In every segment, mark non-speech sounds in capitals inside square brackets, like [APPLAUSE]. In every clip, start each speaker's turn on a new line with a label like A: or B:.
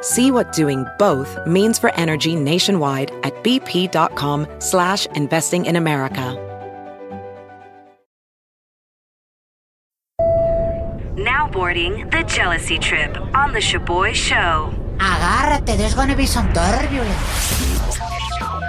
A: See what doing both means for energy nationwide at bp.com slash investing in America.
B: Now boarding the jealousy trip on the Shaboy Show.
C: Agárrate, there's gonna be some turbulence.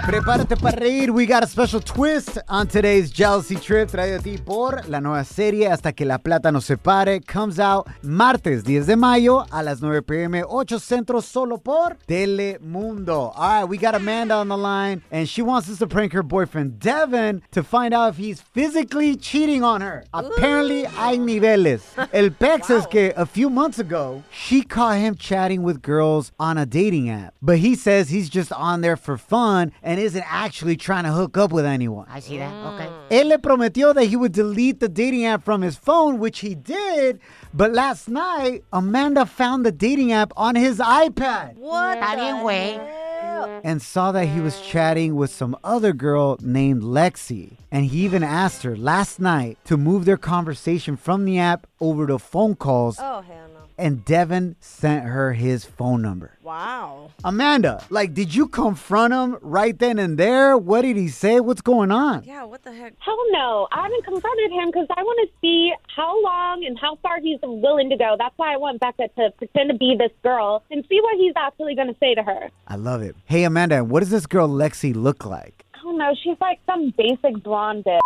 D: Prepárate para reír. We got a special twist on today's Jealousy Trip traído a ti por la nueva serie Hasta que la plata nos separe. Comes out martes 10 de mayo a las 9 pm, 8 centros solo por Telemundo. All right, we got Amanda on the line and she wants us to prank her boyfriend Devin to find out if he's physically cheating on her. Apparently, hay niveles. El pex es que a few months ago, she caught him chatting with girls on a dating app, but he says he's just on there for fun and isn't actually trying to hook up with anyone.
C: I see that. Okay.
D: Él le prometió that he would delete the dating app from his phone, which he did. But last night, Amanda found the dating app on his iPad
E: What?
C: Está bien, güey.
D: and saw that he was chatting with some other girl named Lexi. And he even asked her last night to move their conversation from the app over to phone calls.
E: Oh, hell no.
D: And Devin sent her his phone number.
E: Wow.
D: Amanda, like, did you confront him right then and there? What did he say? What's going on?
E: Yeah, what the heck?
F: Hell no. I haven't confronted him because I want to see how long and how far he's willing to go. That's why I want Becca to pretend to be this girl and see what he's actually going to say to her.
D: I love it. Hey, Amanda, what does this girl Lexi look like?
F: I don't know. She's like some basic blonde bitch.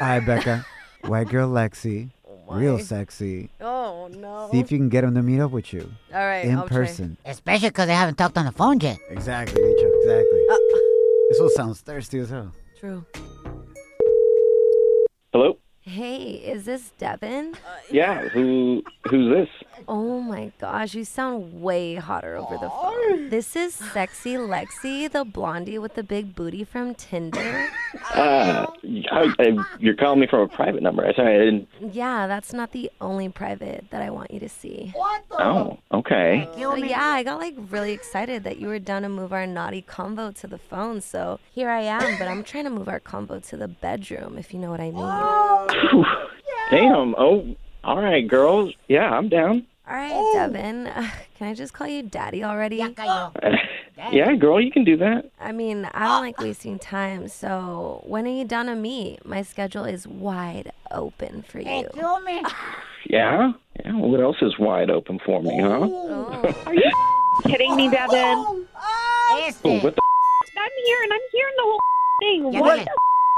D: Hi,
E: [LAUGHS]
D: Becca. White girl Lexi. Real sexy.
E: Oh, no.
D: See if you can get him to meet up with you
E: All right,
D: in
E: I'll try.
D: person.
C: Especially because they haven't talked on the phone yet.
D: Exactly, Micho. Exactly.
C: Uh.
D: this one sounds thirsty as hell.
E: True.
G: Hello.
E: Hey, is this Devin?
G: Yeah. Who? Who's this?
E: Oh my gosh, you sound way hotter over the phone. This is sexy Lexi, the blondie with the big booty from Tinder.
G: Uh, I, I, you're calling me from a private number. I Sorry, I didn't.
E: Yeah, that's not the only private that I want you to see.
G: Oh, okay.
E: So yeah, I got like really excited that you were down to move our naughty combo to the phone. So here I am, but I'm trying to move our combo to the bedroom, if you know what I mean. All
G: Damn. Oh, all right, girls. Yeah, I'm down.
E: right, Devin, [LAUGHS] uh, can I just call you daddy already?
C: Ya cayó.
E: [GASPS]
G: yeah, girl, you can do that.
E: I mean, I don't like wasting time. So when are you down to meet? My schedule is wide open for you.
C: ¿Qué hombre?
G: Yeah. Yeah. What else is wide open for me, huh?
E: Oh.
F: Kidding me, Devin?
G: Oh,
C: Este.
G: what the?
F: I'm here and I'm hearing the whole thing.
C: Ya
F: What
C: dile.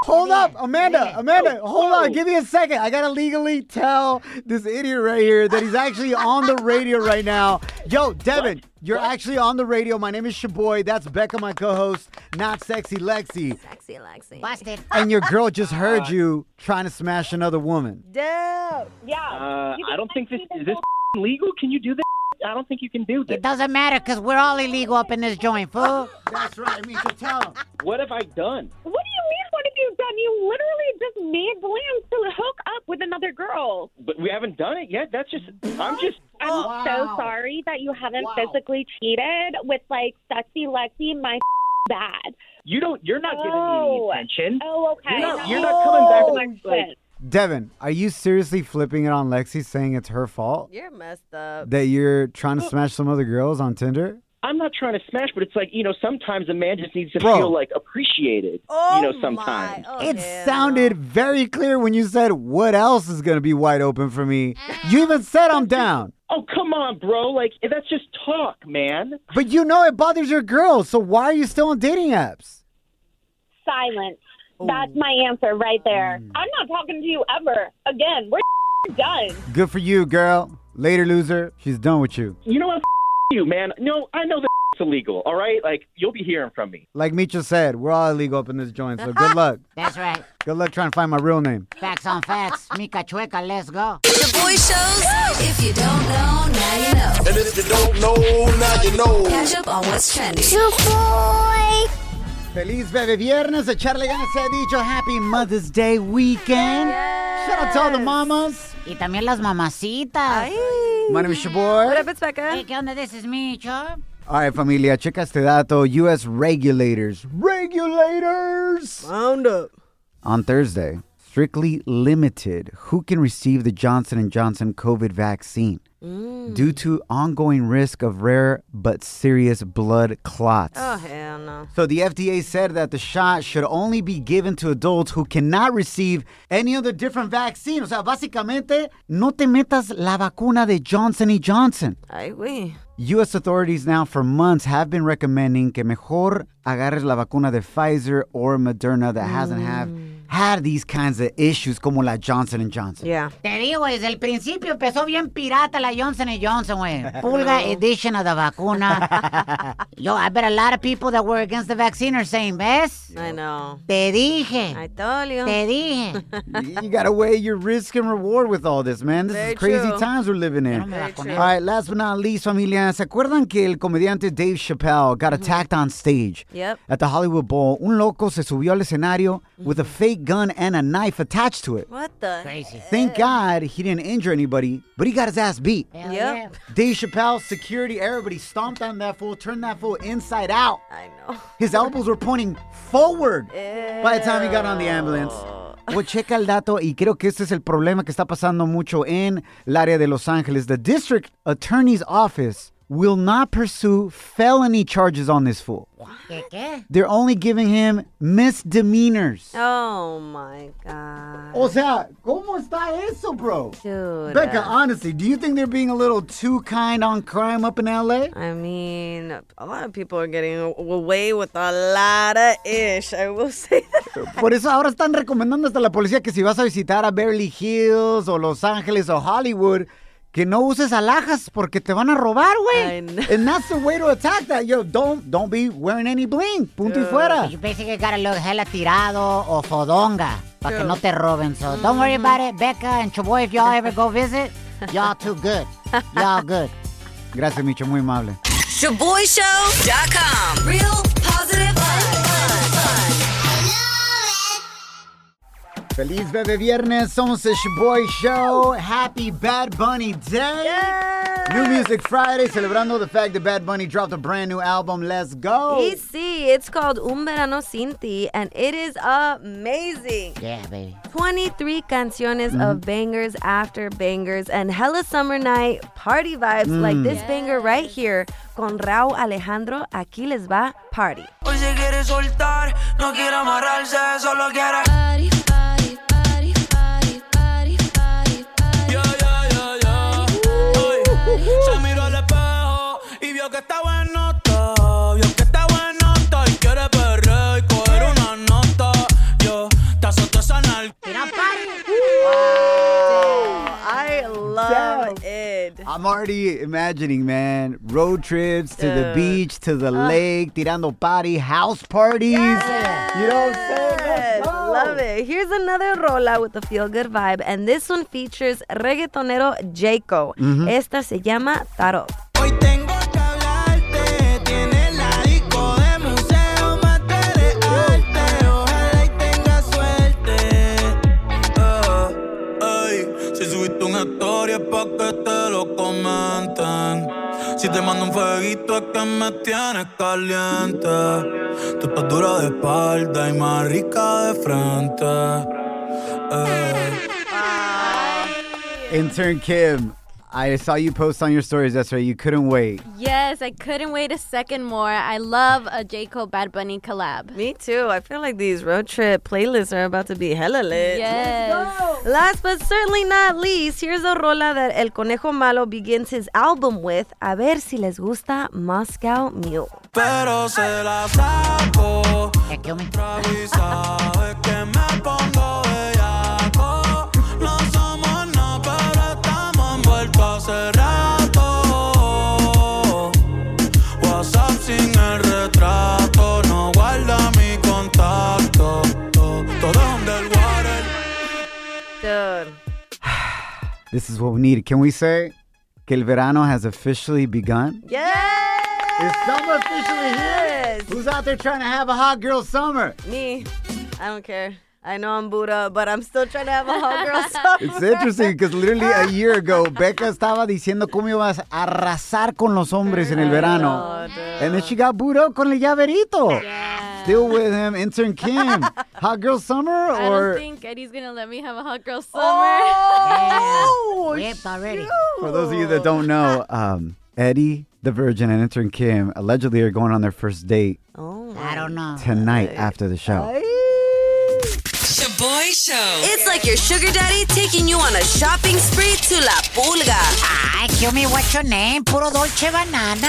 D: Hold up, Amanda.
C: Yeah.
D: Amanda, hold
G: whoa.
D: on. Give me a second. I gotta legally tell this idiot right here that he's actually on the radio right now. Yo, Devin, you're actually on the radio. My name is Shaboy. That's Becca, my co-host. Not sexy Lexi.
E: Sexy Lexi.
C: Busted.
D: And your girl
F: Uh,
D: just heard you trying to smash another woman.
E: Dope.
F: Yeah.
G: Uh,
F: You
G: I
F: can
G: don't think this
F: text me
G: is this legal. Can you do this? I don't think you can do this.
C: It doesn't matter because we're all illegal up in this joint, fool.
D: That's right. Me to tell him.
G: What have I done?
F: What do you mean? What have you done? You literally just made plans to hook up with another girl.
G: But we haven't done it yet. That's just. I'm just.
F: I'm so sorry that you haven't physically cheated with like sexy Lexi. My [LAUGHS] bad.
G: You don't. You're not giving me
F: Oh.
G: any attention.
F: Oh, okay.
G: You're not-
F: No.
G: you're not coming back
F: Oh,
G: like-
F: my goodness.
D: Devin, are you seriously flipping it on Lexi saying it's her fault
E: You're messed up.
D: that you're trying to smash some other girls on Tinder?
G: I'm not trying to smash, but it's like you know, sometimes a man just needs to
D: Bro.
G: feel like appreciated. you know, sometimes.
E: Oh,
D: It
E: hell.
D: sounded very clear when you said, What else is going to be wide open for me? You even said I'm down.
G: Oh come on, bro! Like that's just talk, man.
D: But you know it bothers your girls, so why are you still on dating apps?
F: Silence.
G: Oh.
F: That's my answer right there.
G: Mm.
F: I'm not talking to you ever again. We're [LAUGHS] done.
D: Good for you, girl. Later, loser. She's done with you.
G: You know what? F- you, man. No, I know that [LAUGHS] it's illegal. All right, like you'll be hearing from me.
D: Like Micho said, we're all illegal up in this joint,
H: [LAUGHS]
D: so good luck.
C: [LAUGHS] That's right.
D: Good luck trying to find my real name.
C: Facts on facts. Mica Chueca, let's go.
H: Shaboy shows. If you don't know, now you know. And if you don't know, now you know. Catch up on what's trending.
D: Feliz Bebe Viernes. Echarle ganas se ha dicho. Happy Mother's Day weekend. Shout out to all the mamas.
C: Y también las mamacitas.
E: Ay.
D: My name is your boy.
E: What up, it's
C: Hey,
E: Becca.
C: ¿qué onda? This is Micho.
D: All right, familia, checa este dato. U.S. regulators, regulators,
E: Round up.
D: on Thursday strictly limited who can receive the Johnson & Johnson COVID vaccine due to ongoing risk of rare but serious blood clots.
E: Oh, hell no.
D: So the FDA said that the shot should only be given to adults who cannot receive any other different vaccine. O sea, básicamente, no te metas la vacuna de Johnson y Johnson.
E: Ay, we.
D: U.S. authorities now for months have been recommending que mejor agarres la vacuna de Pfizer or Moderna that hasn't have
E: Mm.
D: had these kinds of issues como la Johnson & Johnson.
E: Yeah.
C: Te digo, güey, desde el principio empezó bien pirata la Johnson Johnson, güey.
D: [LAUGHS]
C: Pulga edition of the vacuna. Yo, I bet a lot of people that were against the vaccine are saying, ¿ves?
E: I know.
C: Te dije.
E: I told you.
C: Te
D: [LAUGHS]
C: dije.
D: you gotta weigh your risk and reward with all this, man. This
E: Very
D: is crazy
E: true.
D: times we're living in.
C: me Very
D: all
C: vacuné. true.
D: right, last but not least, familia, ¿se acuerdan que el comediante Dave Chappelle got attacked on stage?
E: Mm-hmm. Yep.
D: At the Hollywood Bowl, un loco se subió al escenario with a fake gun and a knife attached to it.
E: Mm-hmm. What the?
C: Crazy.
D: Thank God he didn't injure anybody, but he got his ass beat.
C: Hell
E: Yep.
C: yeah.
D: Dave Chappelle, security, everybody stomped on that fool, turned that fool inside out.
E: I know.
D: His elbows were pointing forward by the time he got on the ambulance. Well, checa el dato y creo que este es el problema que está pasando mucho en el área de Los Ángeles. The district attorney's office will not pursue felony charges on this fool.
C: ¿Qué qué?
D: They're only giving him misdemeanors.
E: Oh, my God.
D: O sea, ¿cómo está eso, bro? ah.
E: Dude.
D: Becca, honestly, do you think they're being a little too kind on crime up in LA?
E: I mean, a lot of people are getting a- away with a lot of ish. I will say that.
D: Por eso ahora están recomendando hasta la policía que si vas a visitar a Beverly Hills o Los Ángeles o Hollywood, que no uses alhajas porque te van a robar,
E: I
D: güey.
E: know.
D: And that's the way to attack that. Yo, don't, don't be wearing any bling. Punto y fuera.
C: You basically gotta look hella tirado o fodonga para que no te roben. So don't worry
D: Mm-hmm.
C: about it, Becca and Chaboy. If y'all ever go visit, y'all too good. Y'all good.
D: [LAUGHS] Gracias, Micho, muy amable.
H: Shaboyshow.com. Real positive fun.
D: Feliz bebé viernes. Somos el Boy Show. Happy Bad Bunny Day. New Music Friday, celebrando the fact that Bad Bunny dropped a brand new album. Let's go.
E: EC, E it's called Un Verano Sin Ti, and it is amazing.
C: Yeah, baby.
E: 23 canciones of
D: Mm-hmm.
E: bangers after bangers and hella summer night party vibes like
D: Mm.
E: this banger right here con Raúl Alejandro. Aquí les va party.
I: Hoy se quiere soltar, no quiere amarrarse, solo quiere.
H: Party, party, party, party, party, party, party.
I: Ya, ya, ya, ya. Ay, Se miró al espejo y vio que está bueno Vio que está bueno y quiere perreo y coger una nota. Yo te azoto esa nalga.
E: I love it.
D: [LAUGHS] I'm already imagining, man, road trips to the beach, to the
J: Uh.
D: lake, tirando party, house parties. You know what I'm saying?
E: Yes,
D: Let's go.
E: Love it. Here's another rola with a feel good vibe, and this one features reggaetonero Jaco.
D: Mm-hmm.
E: Esta se llama Tarot.
I: Hoy tengo que hablarte, tienes la disco de museo, materia arte, ojalá y tengas suerte. Ah, ey, si subiste una historia pa' que te lo comenten. Si te mando un fueguito es que me tienes caliente. Tú estás dura de espalda y más rica de frente. Eh.
D: Intern Kim, I saw you post on your stories yesterday. You couldn't wait.
J: Yes, I couldn't wait a second more. I love a J. Cole Bad Bunny collab.
E: Me too. I feel like these road trip playlists are about to be hella lit.
J: Yes.
E: Last but certainly not least, here's a rola that El Conejo Malo begins his album with. A ver si les gusta Moscow Mule.
I: Pero se la saco. Trago y sabe que me pongo bellaco. No somos nada, pero estamos envueltos hace rato. WhatsApp sin el retrato. No guarda mi contacto. Todo es underwater.
E: Dude.
D: This is what we need. Can we say que el verano has officially begun?
E: Yes!
D: Is summer officially here? Who's out there trying to have a hot girl summer?
E: Me. I don't care. I know I'm Buddha, but I'm still trying to have a hot
D: [LAUGHS]
E: girl summer.
D: It's interesting because literally a year ago, Becca estaba diciendo cómo ibas a arrasar con los hombres en el verano. And then she got booed up con el llaverito. Still with him, intern
J: [LAUGHS]
D: Kim. Hot girl summer
J: I don't
D: or
J: think Eddie's gonna let me have a hot girl summer.
E: Oh,
C: Whipped already.
D: for those of you that don't know, um, Eddie, the Virgin, and intern Kim allegedly are going on their first date
C: I don't know.
D: tonight after the show.
H: Shaboy Show. It's like your sugar daddy taking you on a shopping spree to La Pulga.
C: Ay, kill me, what's your name? Puro dolce banana.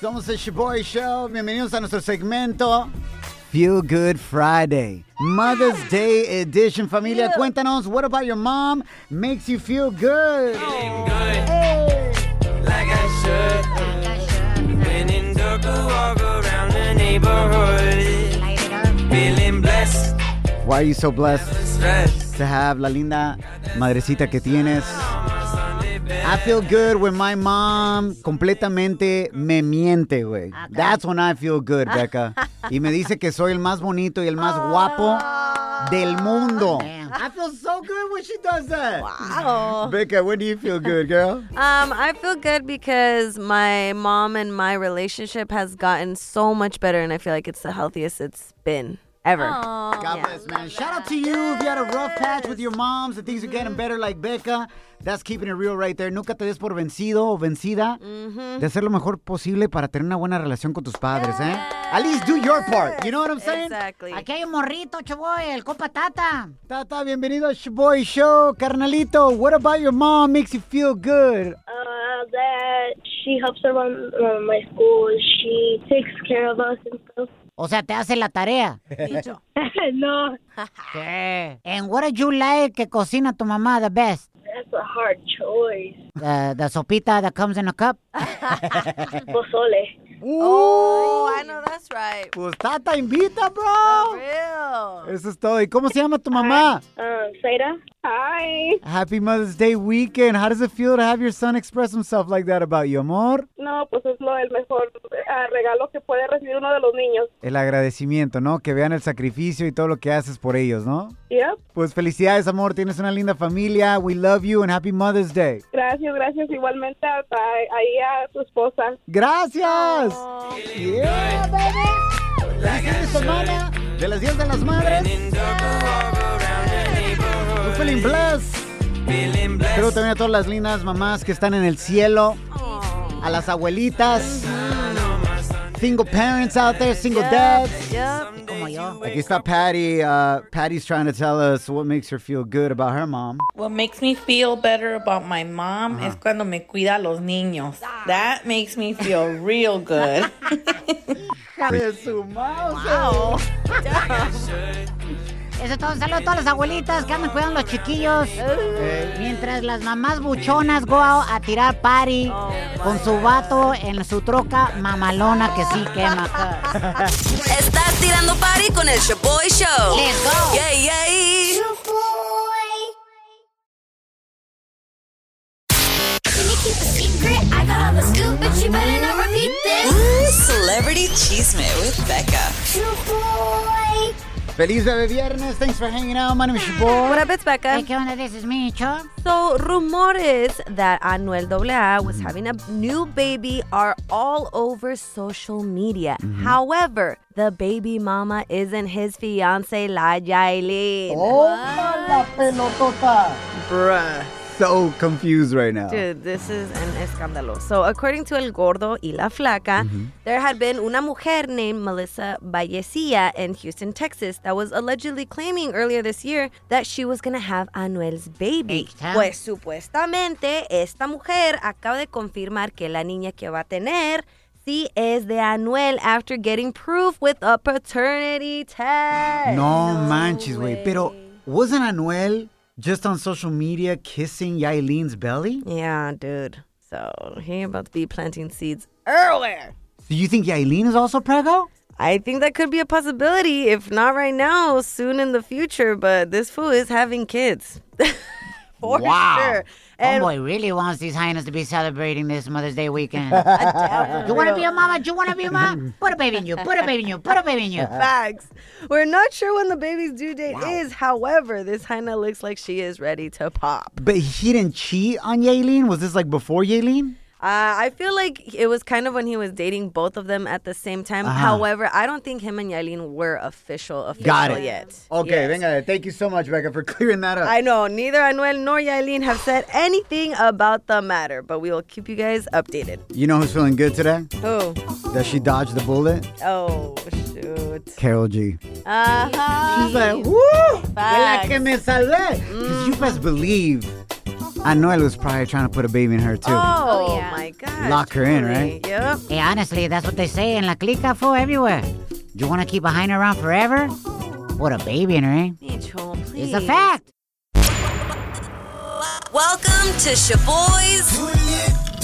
D: Somos el Shaboy Show. Bienvenidos a nuestro segmento Feel Good Friday. Mother's Day Edition, familia. Cuéntanos, what about your mom makes you feel good?
I: like I should. Went and took a walk around the neighborhood. Feeling blessed,
D: Why are you so blessed
I: stressed.
D: to have la linda madrecita que tienes? I feel good when my mom completamente me miente, güey. That's when I feel good, Becca. Y me dice que soy el más bonito y el más guapo del mundo. I feel so good when she does that.
E: Wow.
D: Becca, when do you feel good, girl?
E: Um, I feel good because my mom and my relationship has gotten so much better, and I feel like it's the healthiest it's been ever.
D: God bless, man. Shout out to you if you had a rough patch with your moms and things are getting better like Becca. That's keeping it real right there. Nunca te des por vencido o vencida de hacer lo mejor posible para tener una buena relación con tus padres, ¿eh? At least do your part. You know what I'm saying?
E: Exactly.
C: Aquí hay un morrito, chavoy, el copa tata.
D: Tata, bienvenido a Boy Show. Carnalito, what about your mom makes you feel good?
K: Uh, that she helps around uh, my school. She takes care of us
F: [LAUGHS]
K: and stuff.
C: O sea, te hace la tarea.
K: no,
C: ¿Qué? And what do you like que cocina tu mamá the best?
K: that's a hard choice.
G: [LAUGHS]
C: The, the sopita that comes in
H: [LAUGHS]
C: a cup.
K: Pozole.
E: Oh, I know that's right.
D: Pues Tata, invita, bro.
E: Real.
D: Eso es todo. ¿Y cómo se llama tu mamá?
K: Um, Saida. Hi.
D: Happy Mother's Day weekend. How does it feel to have your son express himself like that about you, amor?
K: No, pues es lo el mejor ah, regalo que puede recibir uno de los niños.
D: El agradecimiento, ¿no? Que vean el sacrificio y todo lo que haces por ellos, ¿no?
K: Yep.
D: Pues felicidades, amor. Tienes una linda familia. We love you and happy Mother's Day.
K: Gracias, gracias igualmente a, a- ahí a su esposa.
D: Gracias. Yeah, baby. Feliz fin de semana de las 10 de las madres. We're feeling blessed. Pero también a todas las lindas mamás que están en el cielo, a las abuelitas, single parents out there, single dads.
E: Yup, como yo.
D: Aquí está Patty. Uh, Patty's trying to tell us what makes her feel good about her mom.
L: What makes me feel better about my mom
D: Ajá.
L: es cuando me cuida a los niños.
E: Ah.
L: That makes me feel
E: [LAUGHS]
L: real good.
C: Wow. Eso es todo. Un saludo a todas las abuelitas que andan cuidando a los chiquillos. Mientras las mamás buchonas go out a tirar party con su vato en su troca mamalona que sí quema.
H: Estás tirando party con el Shaboy Show.
C: Let's go.
H: Yay, yay. Ooh, Celebrity Cheesemate with Becca.
D: Feliz bebé viernes. Thanks for hanging out. My name is your boy.
E: What up, it's Becca.
C: Hey, ¿qué onda? This is me, Cho.
E: So, rumores that Anuel AA was
D: Mm-hmm.
E: having a new baby are all over social media.
D: Mm-hmm.
E: However, the baby mama isn't his fiance, La Yailin.
D: Oh, la pelotota. Bruh. So confused right now.
E: Dude, this is an escándalo. So, according to El Gordo y La Flaca, there had been una mujer named Melissa Vallecilla in Houston, Texas, that was allegedly claiming earlier this year that she was going to have Anuel's baby. Pues supuestamente, esta mujer acaba de confirmar que la niña que va a tener sí es de Anuel after getting proof with a paternity test.
D: No, manches, güey. Pero, wasn't Anuel just on social media kissing Yailene's belly?
E: Yeah, dude. So, he about to be planting seeds earlier.
D: Do you think Yailin is also prego?
E: I think that could be a possibility. If not right now, soon in the future. But this fool is having kids. For
C: wow.
E: sure.
C: Homeboy really wants these hyenas to be celebrating this Mother's Day weekend.
E: doubt it.
C: you want to be a mama? Do you want to be a mama? Put a baby in you. Put a baby in you. Put a baby in you.
E: Facts. We're not sure when the baby's due date is. However, this hyena looks like she is ready to pop.
D: But he didn't cheat on Yailin? Was this like before Yailin?
E: Uh, I feel like it was kind of when he was dating both of them at the same time.
D: Ah.
E: However, I don't think him and Yailin were official official
D: Got it.
E: yet.
D: Okay, venga. Thank you so much, Becca, for [LAUGHS] clearing that up.
E: I know neither Anuel nor Yailin have said anything about the matter, but we will keep you guys updated. Oh.
D: You know who's feeling good today?
E: Who?
D: That she dodged the bullet?
E: Oh, shoot.
D: Carol G.
E: Uh-huh.
D: She's like, woo!
E: Facts.
D: Que me salvé. 'Cause You best believe Anuel was probably trying to put a baby in her, too.
E: Oh, my
C: Ah,
E: God.
D: Lock her in, right?
E: Yep.
C: Hey, honestly, that's what they say in La Clica, fool, everywhere. You want to keep a hyena around forever? What a baby in her, eh?
E: Mitchell,
C: It's
E: please.
C: a fact.
H: Welcome to Shaboy's.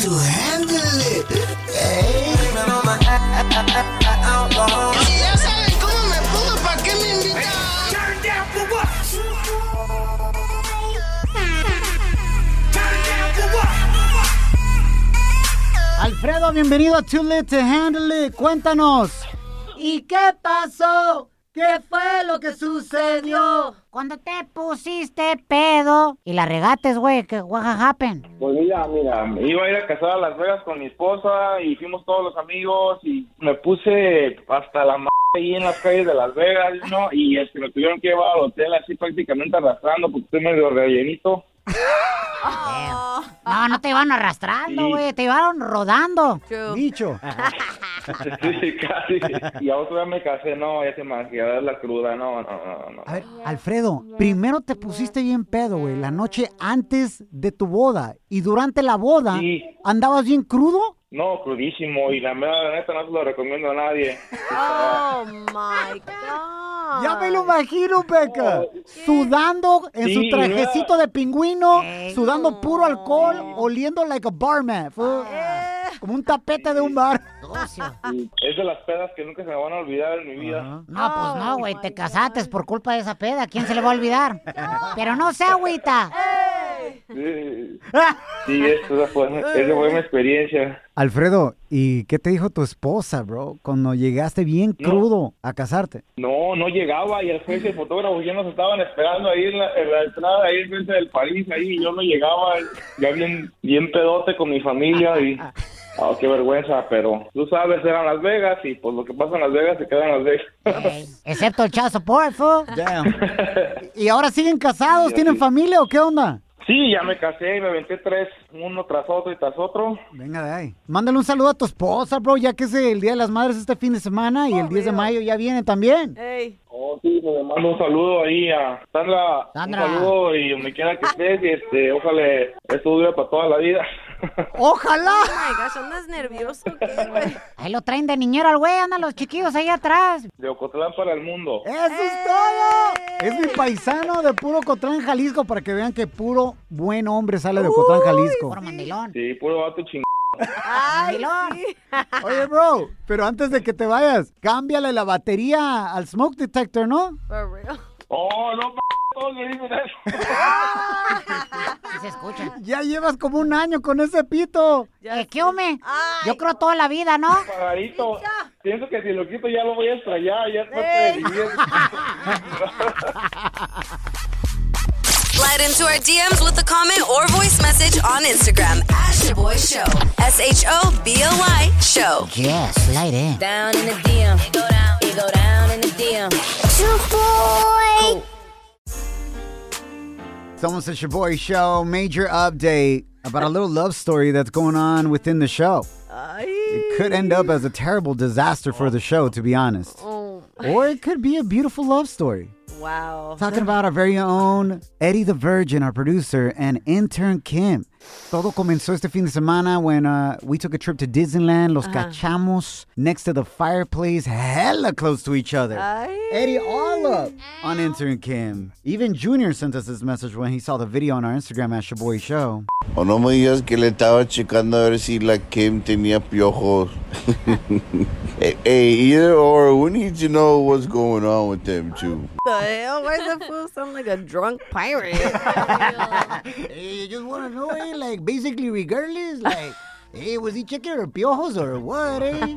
I: to handle it. Ey. Dímelo, ma- a- a- a- a- alcohol.
H: Ya saben cómo me pongo, ¿para qué me invitan?
D: Alfredo, bienvenido a Too Lit to Handle It. Cuéntanos.
C: ¿Y qué pasó? ¿Qué fue lo que sucedió? Cuando te pusiste pedo y la regates, güey, que what happened?
G: Pues mira, mira, me iba a ir a casar a Las Vegas con mi esposa y fuimos todos los amigos y me puse hasta la m ahí en las calles de Las Vegas, ¿no? Y este, me tuvieron que llevar al hotel así prácticamente arrastrando porque estoy medio rellenito.
C: No, no te iban arrastrando,
G: Sí.
C: güey, te iban rodando.
D: Dicho.
G: Sí, casi. Y a otro día me casé, no, ya se me hacía la cruda, no, no, no, no.
D: A ver, Alfredo, primero te pusiste bien pedo, güey, la noche antes de tu boda. Y durante la boda, ¿andabas bien crudo?
G: No, crudísimo, y la mera neta no se lo recomiendo a nadie.
E: Oh my God.
D: Ya me lo imagino, Beca. Sudando en
G: Sí,
D: su trajecito de pingüino, sudando puro alcohol, oliendo like a barman. fool. Como un tapete de un bar.
G: Y Es de las pedas que nunca se me van a olvidar en mi vida.
C: No, pues no, güey, te casaste por culpa de esa peda, ¿quién se le va a olvidar? Pero [LAUGHS] no se agüita.
G: Sí, sí, esa fue, esa fue mi experiencia.
D: Alfredo, ¿y qué te dijo tu esposa, bro, cuando llegaste bien crudo a casarte?
G: No, no llegaba y el juez y el fotógrafo ya nos estaban esperando ahí en la, en la entrada, ahí frente del París, ahí y yo no llegaba, ya bien, bien pedote con mi
D: [LAUGHS]
G: familia y... ah, qué vergüenza, pero tú sabes, eran Las Vegas y pues lo que pasa en Las Vegas se queda en Las Vegas.
C: Excepto el child support, fool.
D: ¿Y ahora siguen casados? ¿Tienen familia o qué onda?
G: [LAUGHS] Sí, ya me casé y me aventé tres, uno tras otro y tras otro.
D: Venga de ahí. Mándale un saludo a tu esposa, bro, ya que es el Día de las Madres este fin de semana y el 10 de mayo ya viene también.
G: Oh, sí, pues le mando un saludo ahí a Sandra.
D: Sandra.
G: Un saludo y donde quiera que estés. Y este, ojalá esto dure para toda la vida.
C: ¡Ojalá!
E: Oh my gosh, andas nervioso.
C: Ahí lo traen de niñero al güey, andan los chiquillos ahí atrás.
G: De Ocotlán para el mundo.
D: ¡Eso es todo! Es mi paisano de puro Cotlán, Jalisco, para que vean que puro buen hombre sale de Cotlán, Jalisco.
G: Sí, puro vato chingón.
D: [LAUGHS] Oye, bro, pero antes de que te vayas, cámbiale la batería al smoke detector, ¿no?
E: For real.
G: Oh, no, p todos me dicen eso.
C: se escucha.
D: Ya llevas como un año con ese pito.
C: Eh, ¿Qué home? Yo creo toda la vida, ¿no?
G: Pajarito. Pienso que si lo quito ya lo voy a extrañar. Ya está
C: Ey.
H: Slide into our DMs with a comment or voice message on Instagram at Shaboy Show. S H O B O Y Show.
C: Yes, slide
M: eh.
C: in.
H: Down in the DM. It go down. It go down in the DM. Shaboy.
D: Someone said your boy show major update about a little love story that's going on within the show. It could end up as a terrible disaster for the show, to be honest.
E: Oh.
D: Or it could be a beautiful love story.
E: Wow.
D: Talking about our very own Eddie the Virgin, our producer, and intern Kim. Todo comenzó este fin de semana when uh, we took a trip to Disneyland, Los
E: Ajá.
D: Cachamos, next to the fireplace, hella close to each other.
C: Ah.
D: Eddie all up on intern Kim. Even Junior sent us this message when he saw the video on our Instagram at Shaboy Show. [LAUGHS]
N: O no me digas que le estaba checando a ver si la Kim tenía piojos. hey, hey, either or, we need to know what's going on with them two.
E: The hell? Why does the fool sound like a drunk pirate?
C: [LAUGHS]
D: you just want to know, eh? Like, basically, regardless, like, hey, was he checking her piojos or what, eh?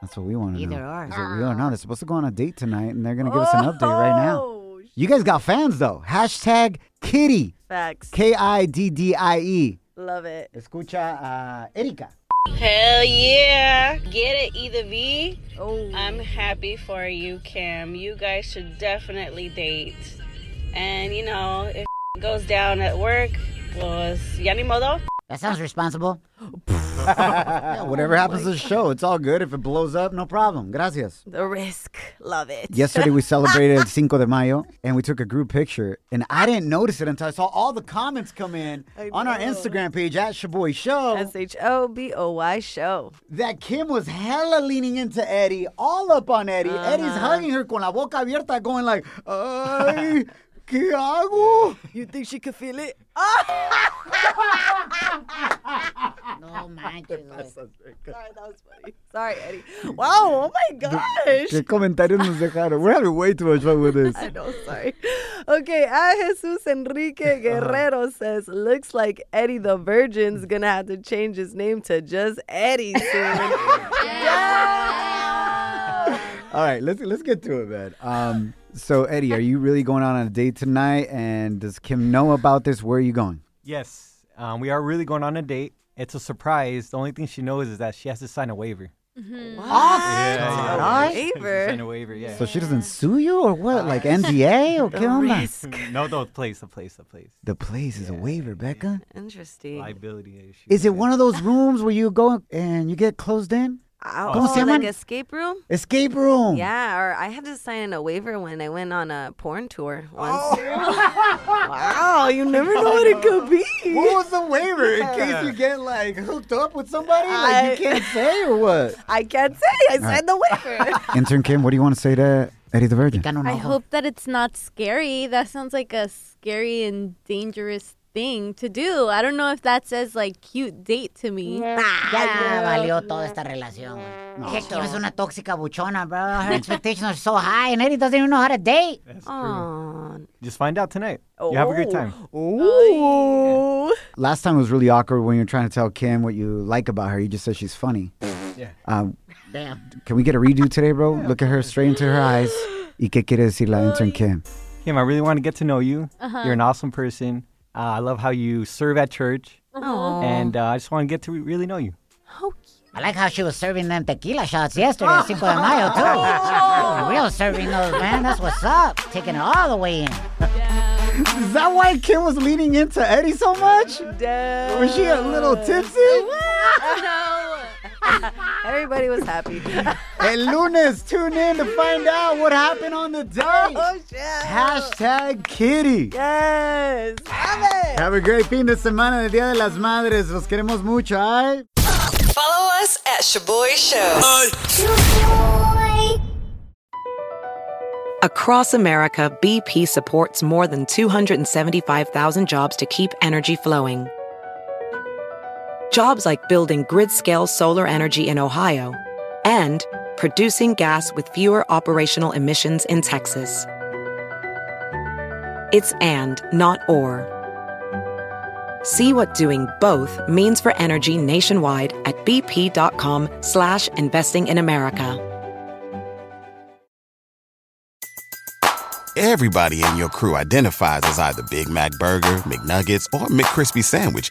D: That's what we want to know.
C: Either or.
D: Is it real or not? They're supposed to go on a date tonight, and they're going to give us an update right
C: Oh,
D: now. You guys got fans, though. Hashtag Kitty.
E: Facts.
D: K I D D I E.
E: Love it.
D: Escucha a Erika.
O: Hell yeah. Get it, either V. am happy for you, Kim. You guys should definitely date. And, you know, if goes down at work, pues, ya ni modo.
C: That sounds responsible.
D: Yeah, Ah,
C: Oh,
D: whatever happens to the show, it's all good. If it blows up, no problem. Gracias.
E: The risk. Love it.
D: Yesterday
C: [LAUGHS]
D: we celebrated Cinco de Mayo and we took a group picture and I didn't notice it until I saw all [LAUGHS] the comments come in on our Instagram page at Shaboy Show.
E: S H O B O Y show.
D: That Kim was hella leaning into Eddie, all up on Eddie.
E: Uh-huh.
D: Eddie's hugging her con la boca abierta, going like, "Ay, qué hago?"
E: You think she could feel it?
D: [LAUGHS]
C: No manches, güey.
E: Sorry, that was funny. Sorry, Eddie. Wow, oh my gosh. [LAUGHS]
D: ¿Qué comentarios nos dejaron? We're having way too much fun with this.
E: I know, sorry. Okay, at Jesus
D: [LAUGHS] Uh-huh.
E: Enrique Guerrero says, looks like Eddie the
D: Mm.
E: Virgin's gonna have to change his name to just Eddie soon.
D: [LAUGHS] All right, let's let's get to it, man. Um, so Eddie, are you really going out on a date tonight? And does Kim know about this? Where are you going?
P: Yes, um, we are really going on a date. It's a surprise. The only thing she knows is that she has to sign a waiver.
E: Sign Mm-hmm. a waiver?
P: Sign a waiver, yeah.
D: So she doesn't sue you or what? Like NDA
P: [LAUGHS]
D: or qué onda?
P: no, no, place, the place, the place.
D: Oh, The place is a waiver, Becca.
E: Interesting.
P: Liability issue.
D: Is it one of those rooms where you go and you get closed in?
E: Oh,
D: ¿Cómo se
E: oh, like
D: llaman?
E: escape room?
D: Escape room.
E: Yeah, or I had to sign in a waiver when I went on a porn tour once.
D: Oh. [LAUGHS]
E: wow, Oh, you never know what it could be.
D: What was the waiver in case you get like hooked up with somebody? Like you
H: [LAUGHS]
E: I-
D: can't say or what?
E: [LAUGHS] I can't say. I signed the waiver.
D: Intern Kim, what do you want to say to Eddie the Virgin?
J: [LAUGHS] I hope that it's not scary. That sounds like a scary and dangerous thing to do. I don't know if that says like cute date to me.
C: Ah, Ya valió toda esta relación, güey.
J: No.
C: Que Kim es una tóxica buchona, bro. Her expectations are so high and Eddie doesn't even know how to date.
P: Just find out tonight. You have a good time.
E: Oh. Ooh.
D: Last time was really awkward when you were trying to tell Kim what you like about her. You just said she's funny.
P: Yeah.
D: Um,
C: Damn.
D: can we get a redo today, bro? Look at her straight into her eyes. ¿Y qué quiere decir la intern Kim?
P: Kim, I really want to get to know you.
J: Uh-huh.
P: You're an awesome person. Uh, I love how you serve at church.
C: Aw.
P: And uh, I just want to get to really know you.
C: I like how she was serving them tequila shots yesterday, Cinco de Mayo, too. Real serving those, man. That's what's up. Taking it all the way in.
D: Is that why Kim was leaning into Eddie so much?
E: [LAUGHS]
D: Was she a little
J: [LAUGHS]
D: tipsy?
E: no. Everybody was happy. [LAUGHS]
D: El lunes, tune in to find out what happened on the date.
E: Oh, shit.
D: Hashtag kitty.
E: Yes.
D: Have a great fin de semana, el Día de las Madres. Los queremos mucho, ¿ay?
H: Follow us at Shaboy Show.
A: Across America, BP supports more than 275,000 jobs to keep energy flowing. Jobs like building grid scale solar energy in Ohio and producing gas with fewer operational emissions in Texas. It's and, not or. See what doing both means for energy nationwide at bp.com slash investing in America.
Q: Everybody in your crew identifies as either Big Mac Burger, McNuggets, or McCrispy Sandwich.